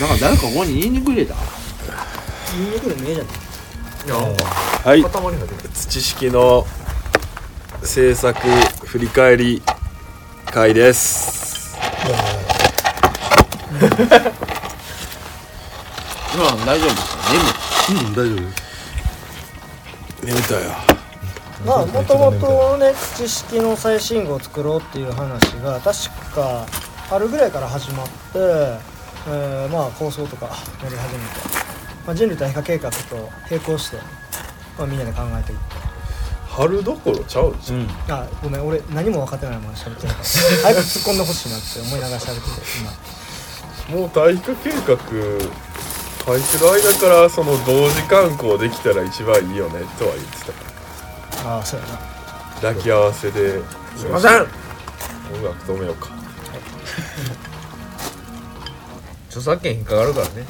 なんか誰かここにニンニク入れたニンニクでもええじゃないいやなんかはい塊が出てる土式の制作振り返り会です今の大丈夫ですかうん大丈夫です眠たよまあもともとね土式の最新号を作ろうっていう話が確か春ぐらいから始まって、えーまあ構想とかやり始めて、まあ、人類対比化計画と並行して、まあ、みんなで考えていって春どころちゃうじゃん、あごめん俺何も分かってないまま喋ってるから早く突っ込んでほしいなって思いながら喋ってて今もう体育計画書いてる間からその同時観光できたら一番いいよねとは言ってたかああそうやなら抱き合わせでいません音楽止めようか著作権引っかかるからね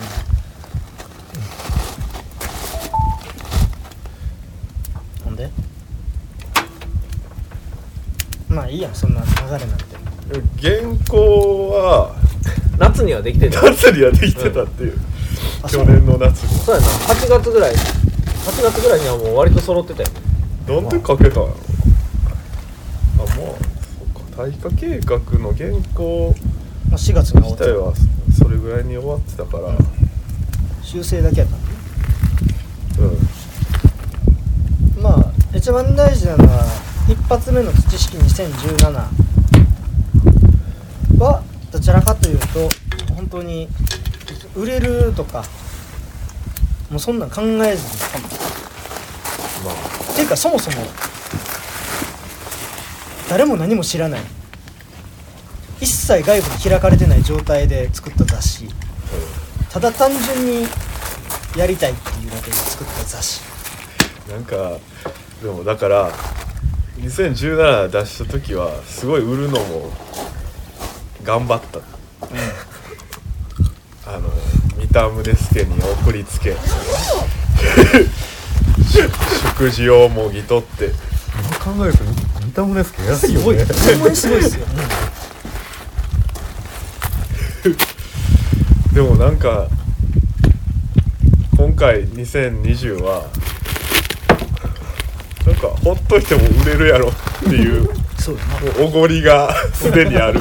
ほんでまあいいやんそんな流れなんてでも原稿は夏にはできてた夏にはできてたっていう、あそ去う年の夏にそうやな8月ぐらい8月ぐらいにはもう割と揃ってたよねなんで書けたんやろあまあそうか耐火計画の原稿まあ、4月に終わ自って体はそれぐらいに終わってたからうん修正だけやったんでまあ一番大事なのは一発目の土式2017はどちらかというと本当に売れるとかもうそんなん考えずにまっていうかそもそも誰も何も知らない一切外部に開かれてない状態で作った雑誌ただ単純にやりたいっていうだけで作った雑誌あなんかでもだから2017出した時はすごい売るのも頑張った、あの三田宗介に送りつけ食事をもぎ取って今考えると三田村介偉いよね ほんまにすごいですよでもなんか今回2020はなんかほっといても売れるやろっていうもそうやなうおごりがすでにある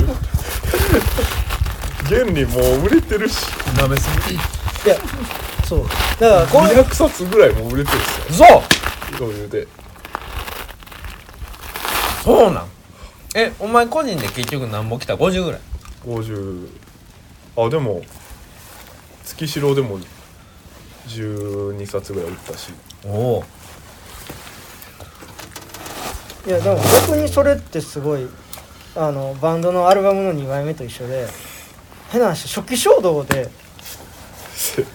現にもう売れてるし舐めすぎいやそうだからこれ200冊ぐらいもう売れてるっそうすよ余裕でそうなんえお前個人で結局何本来た50ぐらい50あでも月城でも12冊ぐらい売ったしおおいやでも逆にそれってすごいあのバンドのアルバムの2枚目と一緒で変な話初期衝動で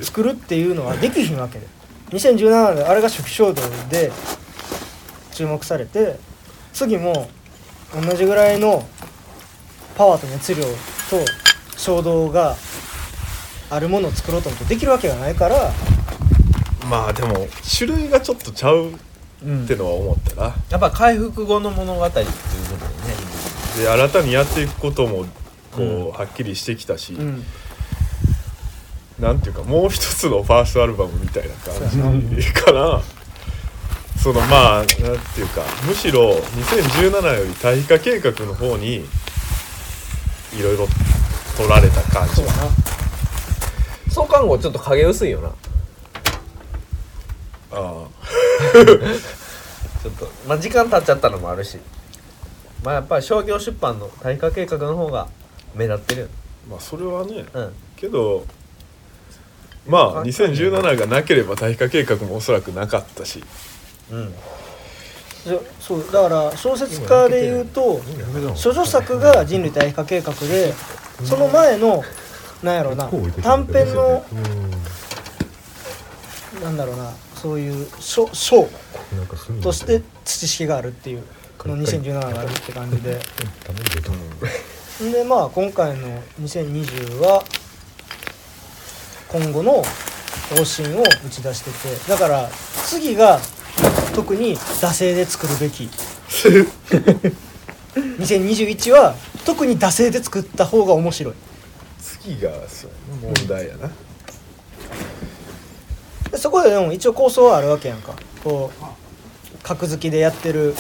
作るっていうのはできひんわけで2017であれが初期衝動で注目されて次も同じぐらいのパワーと熱量と衝動があるものを作ろうと思うとできるわけがないからまあでも種類がちょっとちゃううんってのは思ったな、やっぱ回復後の物語っていうことでねで新たにやっていくこともこう、はっきりしてきたし、うんなんていうかもう一つのファーストアルバムみたいな感じからそのまあなんていうかむしろ2017より対比化計画の方にいろいろ取られた感じそうやな創刊号ちょっと影薄いよなあちょっとまあ時間経っちゃったのもあるしまあやっぱり商業出版の対価計画の方が目立ってるよねあまあそれはねうんけどまあ2017がなければ対比化計画もおそらくなかったしうんじゃそうだから小説家で言うとやめだもん諸女作が人類対比化計画でその前のなんやろうな短編のうなんだろうなそういう書書んなんかすぐとして土式があるっていうこの2017があるって感じでダメだ よんでまあ今回の2020は今後の方針を打ち出しててだから次が特に惰性で作るべき2021は特に惰性で作った方が面白いきがそうやな問題やな、でそこででも一応構想はあるわけやんかこう格付きでやってる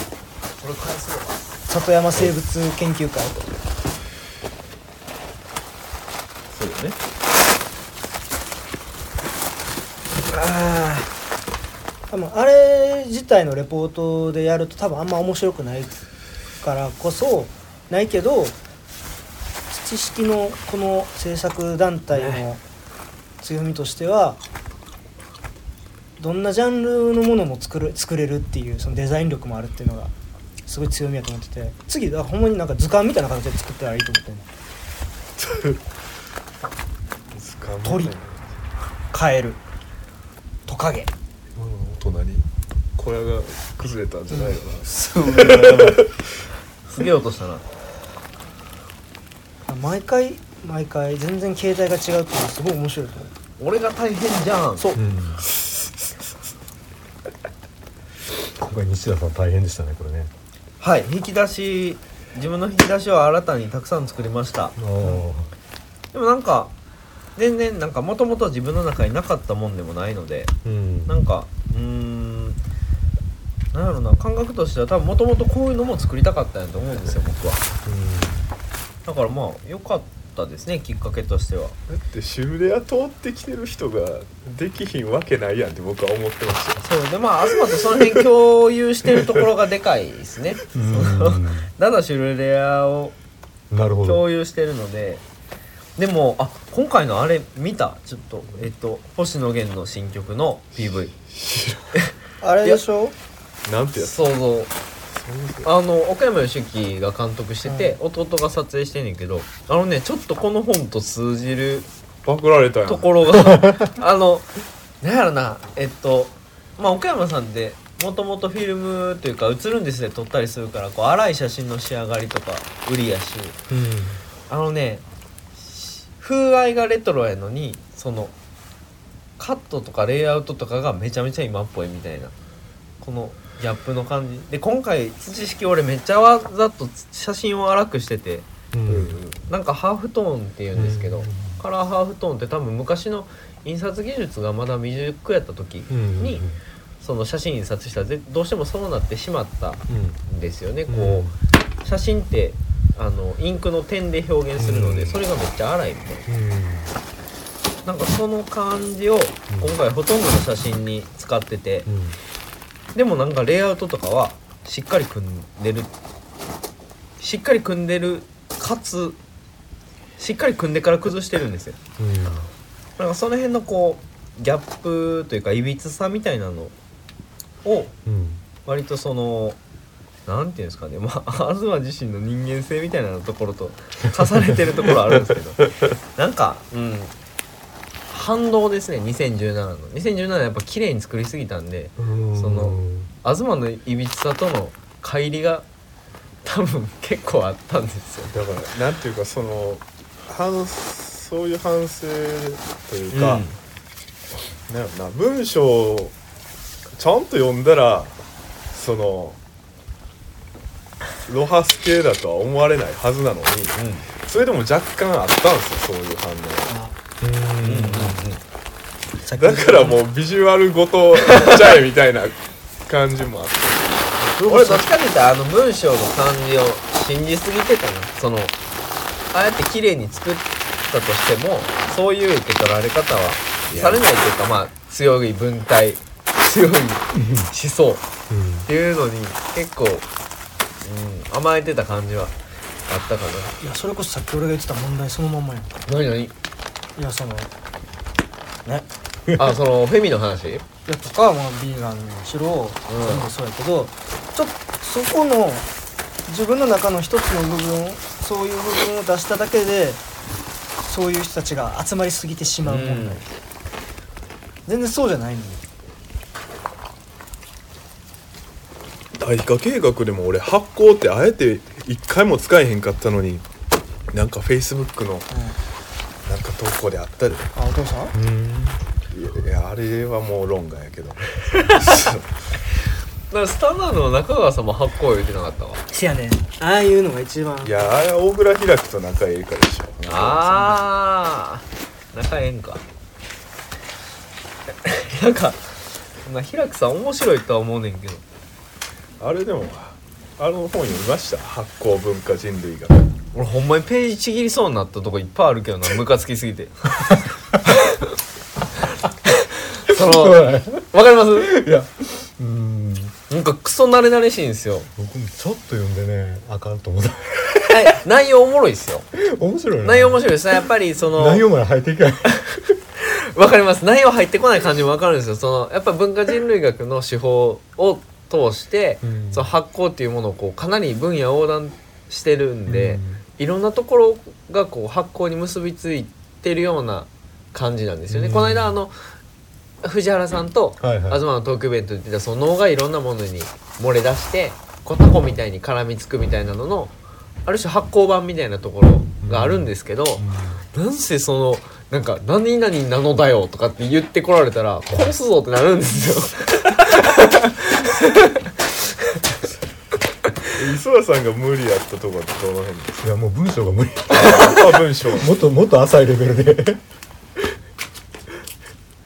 里山生物研究会そうよねああでもあれ自体のレポートでやると多分あんま面白くないからこそないけど知識のこの制作団体の強みとしてはどんなジャンルのものも作る作れるっていうそのデザイン力もあるっていうのがすごい強みやと思ってて次だからほんまになんか図鑑みたいな形で作ったらいいと思ってんの掴む鳥カエルトカゲ今の音何小屋が崩れたんじゃないよな、すげえ落としたな毎回毎回全然携帯が違うっていうのはすごい面白いと思う俺が大変じゃんそううん今回西田さん大変でしたねこれねはい引き出し自分の引き出しを新たにたくさん作りましたああでもなんか全然なんかもともと自分の中になかったもんでもないのでうんなんかうーんなんやろな感覚としては多分もともとこういうのも作りたかったんやと思うんですよ僕はだからまあ良かったですねきっかけとしてはだってシュルレア通ってきてる人ができひんわけないやんって僕は思ってましたよそうでまあ東とその辺共有してるところがでかいですねそのだだシュルレアをうんなるほど共有してるのででもあ今回のあれ見たちょっとえっと星野源の新曲の PV あれでしょなんてやつ想像あの岡山義行が監督してて、弟が撮影してんねんけどあのねちょっとこの本と通じるパクられたやんところが あのなんやろなえっとまあ岡山さんでもともとフィルムというか映るんですで撮ったりするからこう荒い写真の仕上がりとか売りやしあのねし風合いがレトロやのにそのカットとかレイアウトとかがめちゃめちゃ今っぽいみたいなこのギャップの感じで今回土式俺めっちゃわざと写真を荒くしててううんうんんなんかハーフトーンって言うんですけど、カラーハーフトーンって多分昔の印刷技術がまだ未熟やった時うんに、その写真印刷したらぜどうしてもそうなってしまったんですよね、うんこう写真ってあのインクの点で表現するので、うんそれがめっちゃ荒いみたいなうんなんかその感じを今回ほとんどの写真に使ってて、うんでもなんかレイアウトとかはしっかり組んでるしっかり組んでるかつしっかり組んでから崩してるんですようんなんかその辺のこうギャップというかいびつさみたいなのをうん割とそのなんていうんですかねまあ東自身の人間性みたいなところと重ねてるところあるんですけどなんかうん反動ですね2017の2017はやっぱ綺麗に作りすぎたんでうんその東のいびつさとの乖離が多分結構あったんですよ。だからなんていうかその反そういう反省というか、なんやろな文章をちゃんと読んだらそのロハス系だとは思われないはずなのにうんうんそれでも若干あったんですよそういう反応うんだからもうビジュアルごといっちゃえみたいな感じもあって俺どっちかって言ったらあの文章の感じを信じすぎてたなそのああやって綺麗に作ったとしてもそういう受け取られ方はされないというかまあ強い文体強い思想っていうのに結構、うん、甘えてた感じはあったかいやそれこそさっき俺が言ってた問題そのまんまやんかな何いやそのね何あそのフェミの話いやとかまあビーガンにしろ全部そうやけど、ちょっとそこの自分の中の一つの部分そういう部分を出しただけでそういう人たちが集まりすぎてしまう問題、うん全然そうじゃないのよ大化計画でも俺発行ってあえて一回も使えへんかったのになんかフェイスブックのなんか投稿であったであお父さんいやあれはもう論外やけど だからスタンダードの中川さんも発行言ってなかったわせやねんああいうのが一番いやあれは大倉開くと仲いいからでしょああ仲ええんか なんかまあ平くさん面白いとは思うねんけどあれでもあの本読みました発酵文化人類が俺ほんまにページちぎりそうになったとこいっぱいあるけどなムカつきすぎて そのわかりますいやうんなんかクソ慣れ慣れしいんですよ僕もちょっと読んでねあかんと思ったはい内容おもろいですよ面白いな内容面白いですねやっぱりその内容まで入っていかないわかります内容入ってこない感じもわかるんですよそのやっぱ文化人類学の手法を通して、うんその発酵っていうものをこうかなり分野横断してるんで、いろんなところがこう発酵に結びついてるような感じなんですよね。うんこの間あの藤原さんとはいはい東のトークイベントで言ってたその脳がいろんなものに漏れ出してコタコみたいに絡みつくみたいなののある種発酵版みたいなところがあるんですけど、なんせそのなんか「何々なのだよ」とかって言ってこられたら殺すぞってなるんですよ。磯田さんが無理やったとこってどの辺ですいやもう文章が無理かあ文章もっともっと浅いレベルで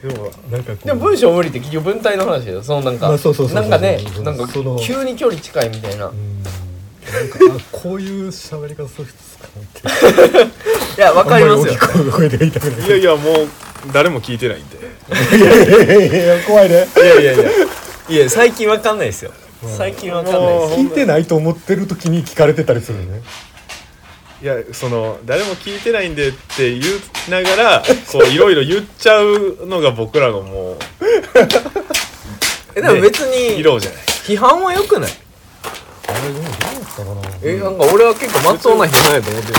でもなんかこ うでも文章無理って結局文体の話だよそのなんか、まあそうそうそうなそんうかねそうなんかその急に距離近いみたいなうんなんかあこういう喋り方するんですかっ ていやわかりますよあんまり大きい声で言いたくないいやいやもう誰も聞いてないんでいやいやいや怖いねいやいやいやいや最近わかんないですよ最近わかんないです聞いてないと思ってる時に聞かれてたりするのねいやその誰も聞いてないんでって言いながらこういろいろ言っちゃうのが僕らのもうえでも別に色 じゃない批判は良くないあれでもどうだったかなえなんか俺は結構まっとうな批判やと思って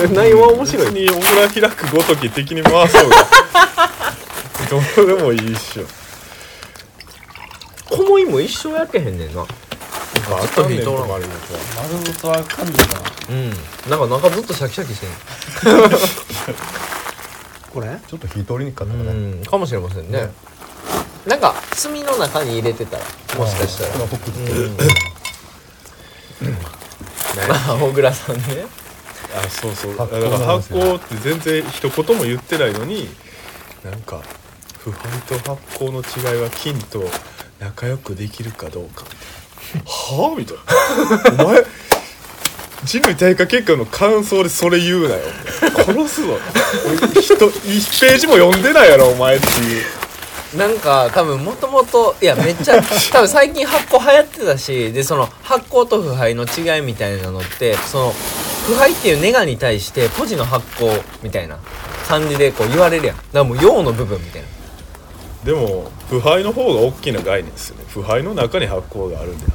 るんです 内容は面白い別に小倉開くごとき敵に回そうがどうでもいいっしょこの意も一生やけへんねんなあと人おらんあるんですよ丸ごとあかんのかうんなんか中ずっとシャキシャキしてこれちょっと火通りにくかったかんな、うんかもしれませんねねなんか炭の中に入れてたらもしかしたらまあ僕って まあ小倉さんねあそうそうだか発酵らなんです発酵よって全然一言も言ってないのになんか腐敗と発酵の違いは菌と仲良くできるかどうかみたいなはあみたいなお前人類体化結果の感想でそれ言うなよ殺すぞ人1ページも読んでないやろお前っていうなんか多分もともといやめっちゃ多分最近発酵流行ってたしでその発酵と腐敗の違いみたいなのってその腐敗っていうネガに対してポジの発酵みたいな感じでこう言われるやんだからもう陽の部分みたいなでも腐敗の方が大きな概念ですよね腐敗の中に発酵があるんであ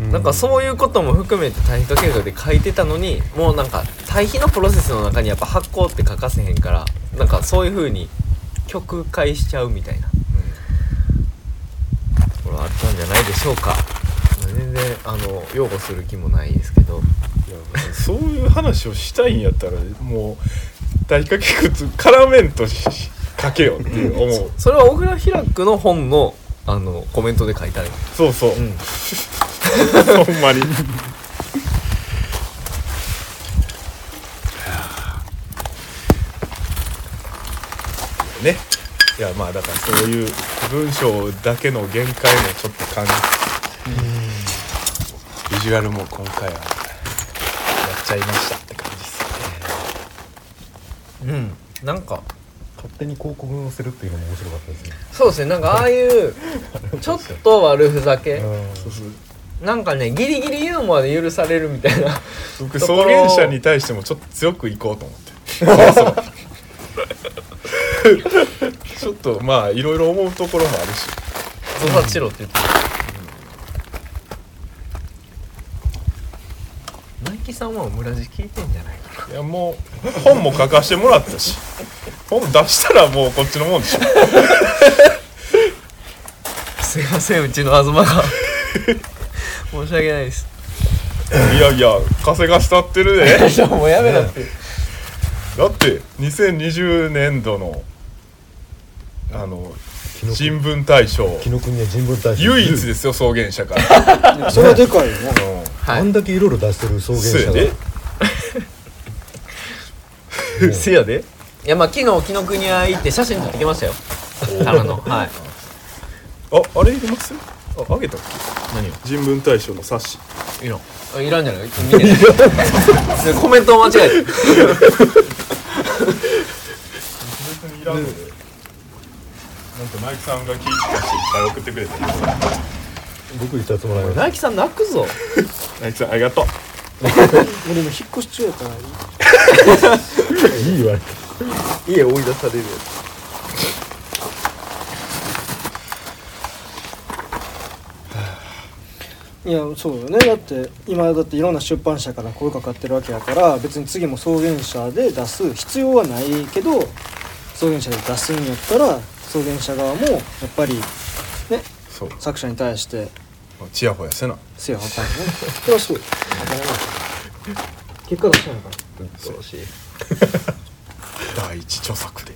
ってなんかそういうことも含めて対比化計画で書いてたのにもうなんか対比のプロセスの中にやっぱ発酵って欠かせへんからなんかそういう風に曲解しちゃうみたいな、これはあったんじゃないでしょうか全然あの擁護する気もないですけどいやそういう話をしたいんやったらもう大化け靴絡めんとしかけようって思うそれは小倉開くの本のあのコメントで書いたねそうそう、んほんまにいやーねいやまあだからそういう文章だけの限界もちょっと感じビジュアルも今回はやっちゃいましたって感じですねうんなんか勝手に広告を載せるっていうのも面白かったですねそうですねなん かああいうちょっと悪ふざけそうそうなんかねギリギリユーモアで許されるみたいな僕と草ころ原者に対してもちょっと強くいこうと思 ってそもそもちょっとまあいろいろ思うところもあるしゾサチロって言ってたナイキさんはオムラジ聞いてんじゃないかいやもう本も書かしてもらったし本出したらもうこっちのもんでしょなすいませんうちの東が 申し訳ないですいやいや稼がしたってるで、じゃあもうやめろってだって2020年度のあの紀ノ新聞大賞紀ノ国は人文大使唯一ですよ草原社 から、それはでかいよなうんはいあんだけいろいろ出してる草原そう者やがでせやでいやまあ昨日紀ノ国屋行って写真撮ってきましたよ棚のはあいあれいりますああげたっ何をけ人文大賞の冊子いらんあいらんじゃ ない見てないコメントを間違えて別にいらんのでなんかマイクさんが聞いてたしいっぱい送ってくれて僕一冊もらいましたナイキさん泣くぞマイクさんありがとう俺今引っ越し中やからいいわ家追い出されるやいやそうよねだって今だっていろんな出版社から声かかってるわけやから別に次も草原社で出す必要はないけど草原社で出すんやったら草原社側もやっぱりねつそう作者に対してちやほやせなせやはかんよねそれはそうよ結果出したんやから恐ろしい第一著作でい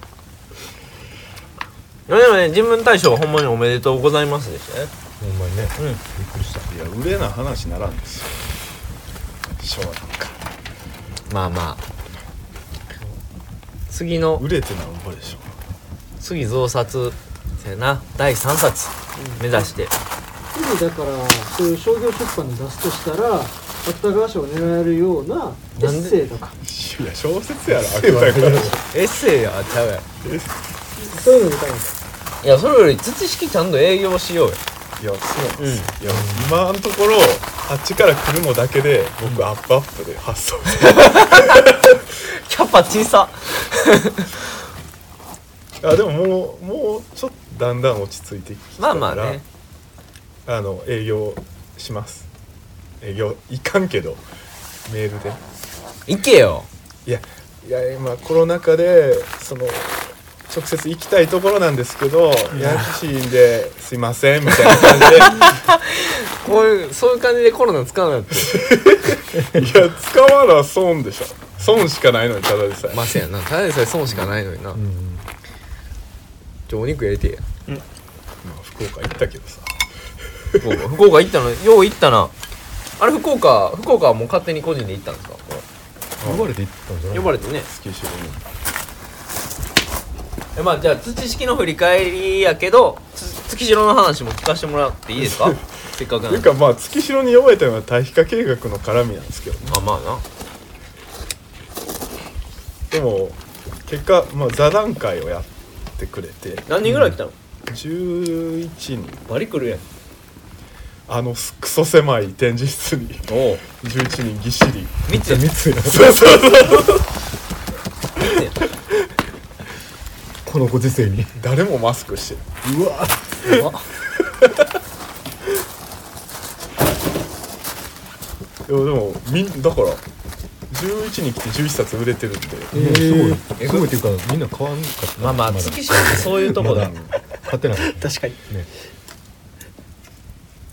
やでもね人文大賞はほんまにおめでとうございますでしたねほんまにねうんびっくりしたいや売れな話ならんですよ昭和なんかまあまあ次の売れてなんぼでしょ次増刷せやな第3冊目指して次だからそういう商業出版に出すとしたら芥川賞を狙えるようなエなんッでセイとかいや小説やろあげたからエッセイやちゃうやんそういうのにたいないやそれより土式ちゃんと営業しよういよやそううんいや今のところあっちから来るのだけで僕アップアップで発送してキャパ小さるあでももうもうちょっとだんだん落ち着いてきたまかあらまあねあの営業します営業いかんけどメールで行けよいやいや今コロナ禍でその直接行きたいところなんですけどややこしいんですいませんみたいな感 じでこういうそういう感じでコロナ使うなっていや使わな損でしょ損しかないのにただでさえ、まあせやなただでさえ損しかないのにな、うんちょお肉やりてえやまあ福岡行ったけどさ福岡福岡行ったのよう行ったなあれ福岡福岡はもう勝手に個人で行ったんですかこ呼ばれて行ったんじゃれない呼ばれてねスキーシューえまあじゃあ土式の振り返りやけどつ月城の話も聞かせてもらっていいです かせっかくなといんうでかまあ月城に呼ばれたのは対比化計画の絡みなんですけどねまあまあなでも結果、まあ、座談会をやってくれて何人ぐらい来たの、 11人バリ来るやんあのクソ狭い展示室に おお11人ぎっしり三つや三つやそうそうそう このご時世に誰もマスクしてうわるいやでもみんだから11人来て11冊売れてるんでもうすごいすごいっていうかみんな買わんかったまあまあだ月城ってそういうとこだ買って なかった確かにね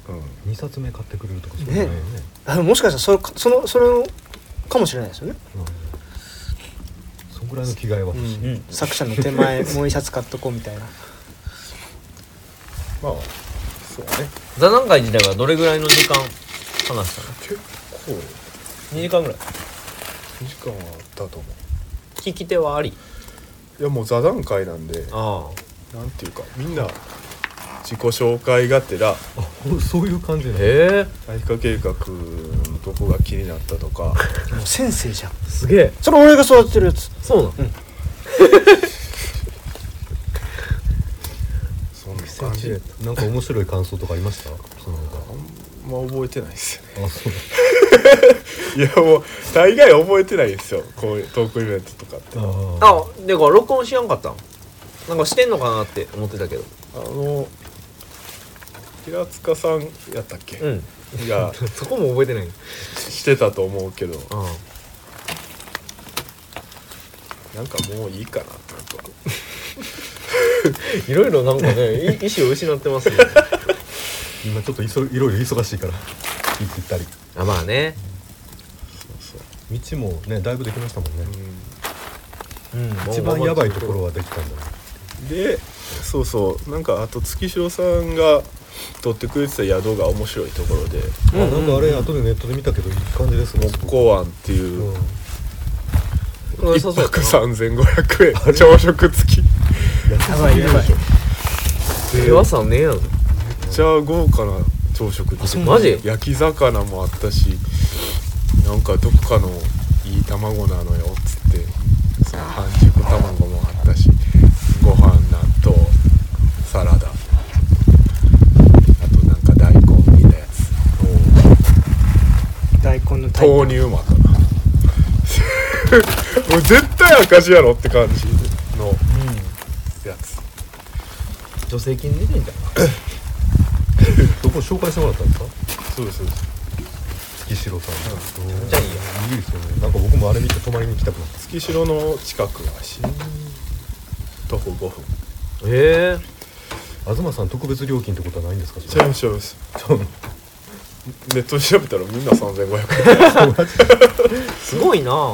うん二冊目買ってくれるとかそういうのないよねあもしかしたらそれそのそれのかもしれないですよねうんそんぐらいの着替えは欲しいうん作者の手前もう一冊買っとこうみたいなまあそうね座談会自体はどれぐらいの時間話したの結構2時間ぐらい2時間はあったと思聞き手はありういやもう座談会なんでああなんていうかみんな自己紹介がてらあほんそういう感じねへえ対比化計画のどこが気になったと かもう先生じゃんすげえそれ俺が育ててるやつそうなのそんな感じあなんか面白い感想とかありましたその他んま覚えてないですよねあそういやもう大概覚えてないですよこういうトークイベントとかってあああでか録音しやんかったんなんかしてんのかなって思ってたけどの平塚さんやったっけ、うんがそこも覚えてないしてたと思うけどあなんかもういいかなってなんかあいろいろなんかねい意思を失ってますね今ちょっといそいろいろ忙しいから行ったり あまあね道もねだいぶできましたもんねうん一番やばいところはできたんだねでそうそうなんかあと月城さんが取ってくれてた宿が面白いところであなんかあれ後でネットで見たけどいい感じですね木工庵っていう、うんごい一そうそうやった泊な3500円朝食付きめっやばいやばいええ和さんねえやろちゃ豪華な朝食あそうマジ焼き魚もあったしなんかどこかのいい卵なのよっつってその半熟卵もあったしご飯納豆サラダあとなんか大根みたいなやつ大根のタイプ豆乳もあったな もう絶対赤字やろって感じのやつ助成金出てんじゃんどこ紹介してもらったんですかそうですそうです月城さんめっちゃいいよいいですよねなんか僕もあれ見て泊まりに来たくなった月城の近くはし徒歩5分え東さん特別料金ってことはないんですかちゃいます違いますそうネットで調べたらみんな3500円えすごいな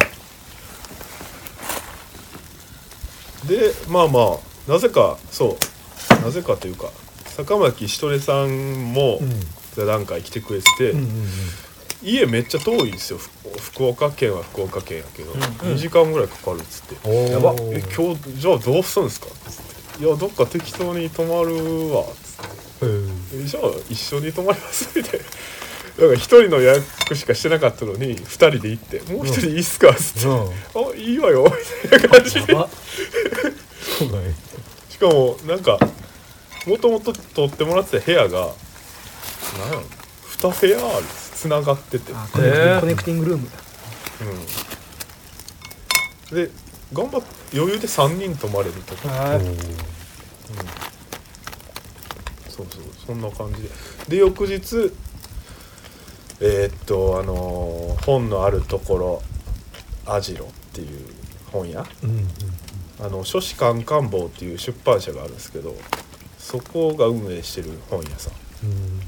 でまあまあなぜかそうなぜかというか坂巻しとれさんもうん座談会来てくれてて、うんうんうん家めっちゃ遠いんですよふ福岡県は福岡県やけど、2時間ぐらいかかるっつって「おーやばえ今日じゃあどうするんですか?」っつって「いやどっか適当に泊まるわ」っつってへえ「ーじゃあ一緒に泊まります」 みたいな。だから一人の予約しかしてなかったのに二人で行って「もう一人いいっすか?」っつってな「ああいいわよ」みたいな感じでそうなんやしかもなんかもともと取ってもらってた部屋がなんやろ2部屋あるつながってて、あコネクティングえーコネクティングルームだうん、で頑張って余裕で3人泊まれるとかはいそうそうそんな感じでで翌日えーっとあのー本のあるところアジロっていう本屋うんうんあの書士官官房っていう出版社があるんですけどそこが運営してる本屋さんうん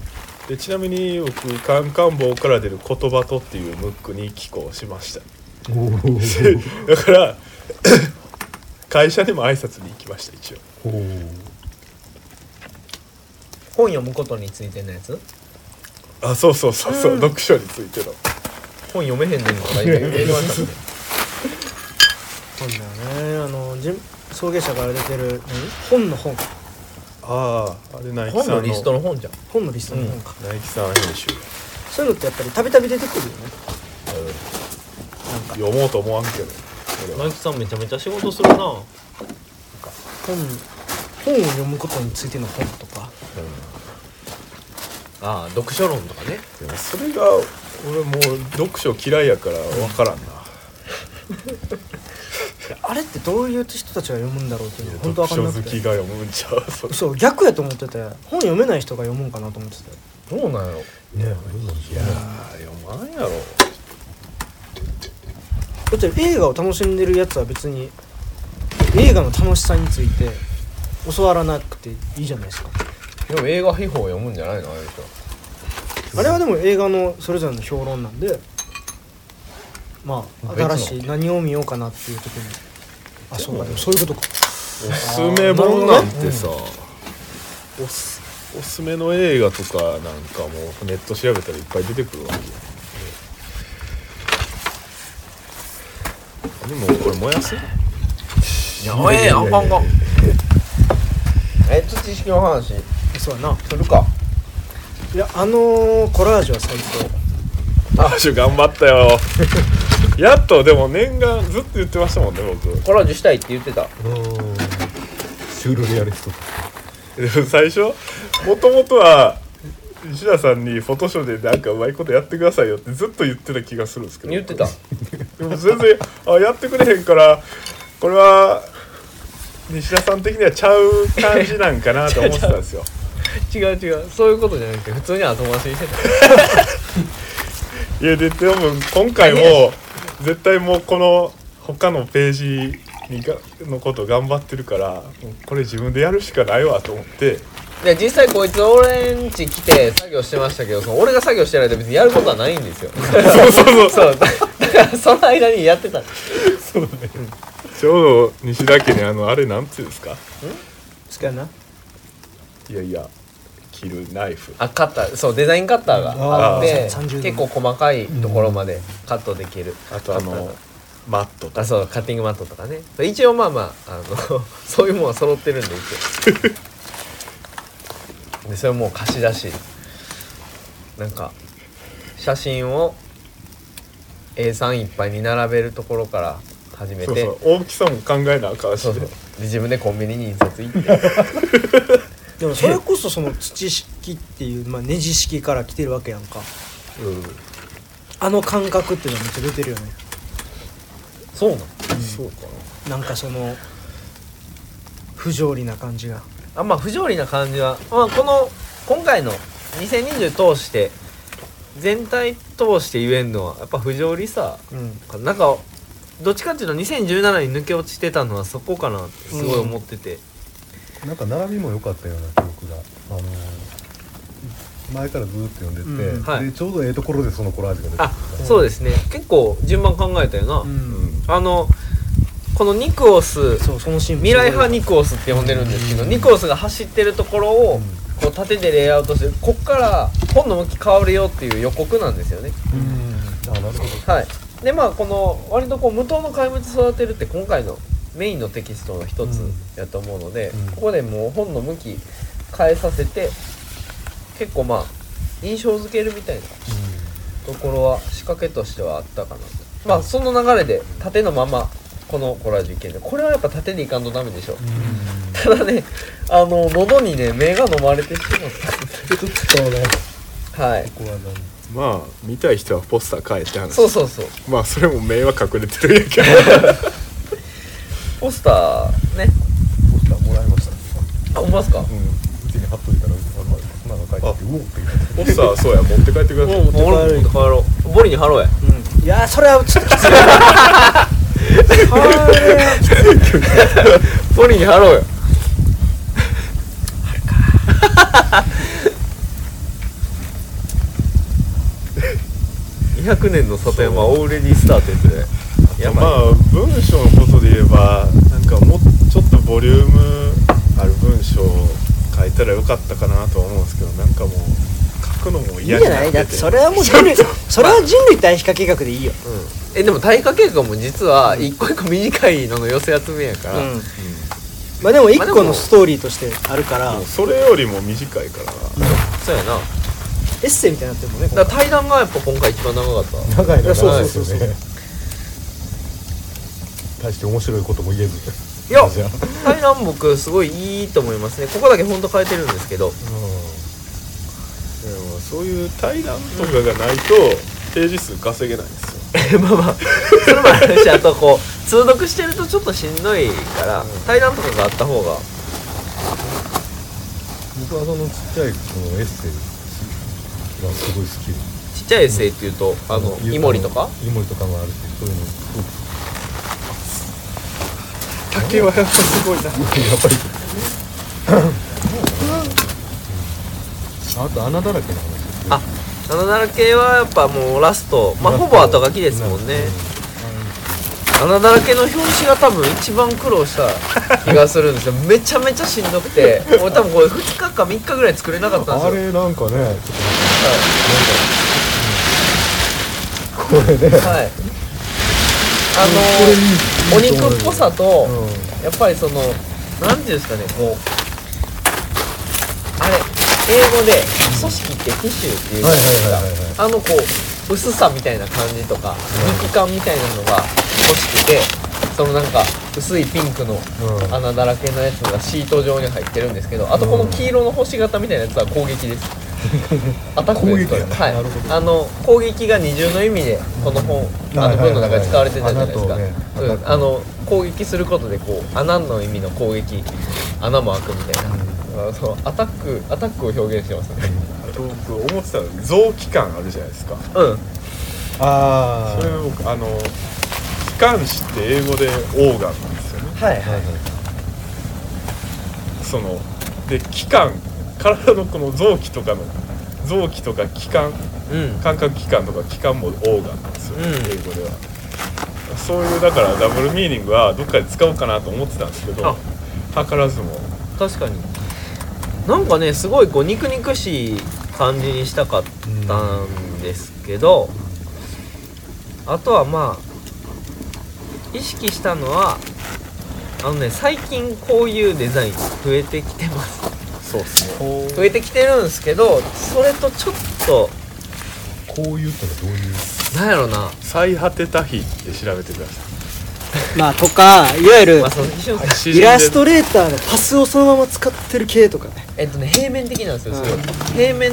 でちなみに僕「カンカン坊から出る言葉と」っていうムックに寄稿しましたおでーだから 会社でも挨拶に行きました一応お ー本読むことについてのやつあそうそうそうそう、読書についての本読めへんねんとか言って言われたもんね本だよねあのじん送迎者から出てる何本の本あああれナイキ本さのんリストのの本じゃん本のリストの本か、ナイキさん編集そういうのってやっぱりたびたび出てくるよね読もうと思わんけど俺マはイクさんめちゃめちゃ仕事するな本本を読むことについての本とかああ読書論とかねでもそれが俺もう読書嫌いやから分からんな、あれってどういう人たちが読むんだろうっていうのが本当わ読かん書なく好きてが読むんちゃうそれそう逆やと思ってて本読めない人が読むんかなと思っててどうなんやろねえどうなんでしょうねあー読まんやろだって映画を楽しんでるやつは別に映画の楽しさについて教わらなくていいじゃないですかでも映画秘宝読むんじゃないのあれでしょあれはでも映画のそれぞれの評論なんでまあ別の新しい何を見ようかなっていう時にあそうかでもそういうことかおすすめ本なんてさ、おすおすすめの映画とかなんかもうネット調べたらいっぱい出てくるわけよでもこれ燃やすやばえあんかんかんえっと知識の話そうやなするかいやあのーコラージュは最高あーシュ頑張ったよ やっとでも念願ずっと言ってましたもんね僕コラージュしたいって言ってたシュールレアリストでも最初もともとは石田さんにフォトショーでなんかうまいことやってくださいよってずっと言ってた気がするんですけど言ってたでも全然あやってくれへんからこれは西田さん的にはちゃう感じなんかなと思ってたんですよ違う違うそういうことじゃなくて普通に後回しにしてた いやででも今回も絶対もうこの他のページにがのこと頑張ってるからもうこれ自分でやるしかないわと思ってで実際こいつ俺ん家来て作業してましたけどその俺が作業してる間別にやることはないんですよそうそうそうそうだからその間にやってたちょうど西田家にあのあれなんつうんですか好きやないやいや切るナイフあカッターそうデザインカッターがあってあー30結構細かいところまでカットできる、あとあのマットとあそうカッティングマットとかね一応まあまああの そういうものは揃ってるんで一応でそれもう貸し出しなんか写真を A3 いっぱいに並べるところから始めてそうそう大きさも考えなあかんしそうねそうで自分でコンビニに印刷行ってでもそれこそその土式っていう、まあ、ネジ式から来てるわけやんかうんあの感覚っていうのはめっちゃ出てるよねそうなのそうかなんかその不条理な感じがあまあ不条理な感じは、まあ、この今回の2020通して全体通して言えんのはやっぱ不条理さうんなんかどっちかっていうと2017に抜け落ちてたのはそこかなってすごい思ってて、なんか並びも良かったような記憶があのー前からずーっと読んでて、うんはいでちょうどええところでそのコラージュが出てきたあそうですね結構順番考えたよな、うんあのこのニクオスそうそのシーン未来派ニクオスって呼んでるんですけど、ニクオスが走ってるところをこう縦でレイアウトしてこっから本の向き変わるよっていう予告なんですよねあなるほどはいでまあこの割とこう無糖の怪物育てるって今回のメインのテキストの一つやと思うので、うんここでもう本の向き変えさせて結構まあ印象付けるみたいなところは仕掛けとしてはあったかなまあその流れで縦のままこのコラージュいけるこれはやっぱ縦にいかんとダメでしょ、ただねあの喉にね目が飲まれてしまっちょっとねたはいここは何まあ見たい人はポスター買えって話そうそうそうまあそれも名は隠れてるんやけどポスターねポスターもらいましたあ思いますかうんうちに貼っといたらあのなんか書いててうおって言ってポスターそうや持って帰ってくださいもう俺も帰ろうボリに貼ろうやうんいやーそれはちょっときついそれはボリに貼ろうや200年の里山オーレディスタートやつでやまばいあ文章のことで言えばなんかもうちょっとボリュームある文章を書いたらよかったかなとは思うんですけどなんかもう書くのもいい嫌んじにゃななっいてだっててそれはもう人類それは人類対比化計画でいいよえでも耐火計画も実は一個一個短いのの寄せ集めやから、うんまあでも一個のストーリーとしてあるからもうそれよりも短いからそうやなエッセイみたいになってるもんねだから対談がやっぱ今回一番長かった長いいやなそう長いですそうそうよね大して面白いことも言えずいやじゃあ対談僕すごいいいと思いますねここだけ本当変えてるんですけどでもそういう対談とかがないとページ数稼げないんですよえ まあまあそれもあるしあとこう通読してるとちょっとしんどいから対談とかがあった方が僕はそのちっちゃいこのエッセイがすごい好きでちっちゃいエッセイっていうとあのゆイモリとかイモリとかもあるしそういうのすごく竹はやっぱすごいな やっぱり。あと穴だらけの話ですね。あ七七系はやっぱもうラストまあほぼ後書きですもんね穴だらけの表紙が多分一番苦労した気がするんですよめちゃめちゃしんどくて俺多分これ2日か3日ぐらい作れなかったんあですよれなんかね、ちょっとなんかこれね、はいこあのれいいいいとお思うよ肉っぽさと、うんやっぱりその何ていうんですかねこうあれ英語で「組織」って「ティッシュ」っていうじゃはないはいいですかあはいはいはいのこう薄さみたいな感じとか肉感みたいなのが欲しくてそのなんか薄いピンクのうん穴だらけのやつがシート状に入ってるんですけどあとこの黄色の星型みたいなやつは攻撃です アタックです攻撃やなはいなるほどあの攻撃が二重の意味でこの本あはのいはいはい文の中で使われてたじゃないですか、穴とねうんアタックあの攻撃することでこう穴の意味の攻撃穴も開くみたいな、あのアタックアタックを表現してますねあと僕思ってたのが臓器感あるじゃないですかうんあそれーは僕あの機関士って英語でオーガンなんですよねはいはいそので器官体のこの臓器とかの臓器とか器官うん感覚器官とか器官もオーガンなんですよ、ねうん英語ではそういうだからダブルミーニングはどっかで使おうかなと思ってたんですけどあ図らずも確かになんかねすごいこう肉肉しい感じにしたかったんですけど、あとはまあ意識したのはあのね最近こういうデザイン増えてきてますそうですね増えてきてるんですけどそれとちょっとこういうってのはどういうなんやろな最果てた日って調べてくださまあとかいわゆるまあ佐々木俊介いイラスレトレーターのパスをそのまま使ってる系とかねえっとね平面的なんですよそれはうん平面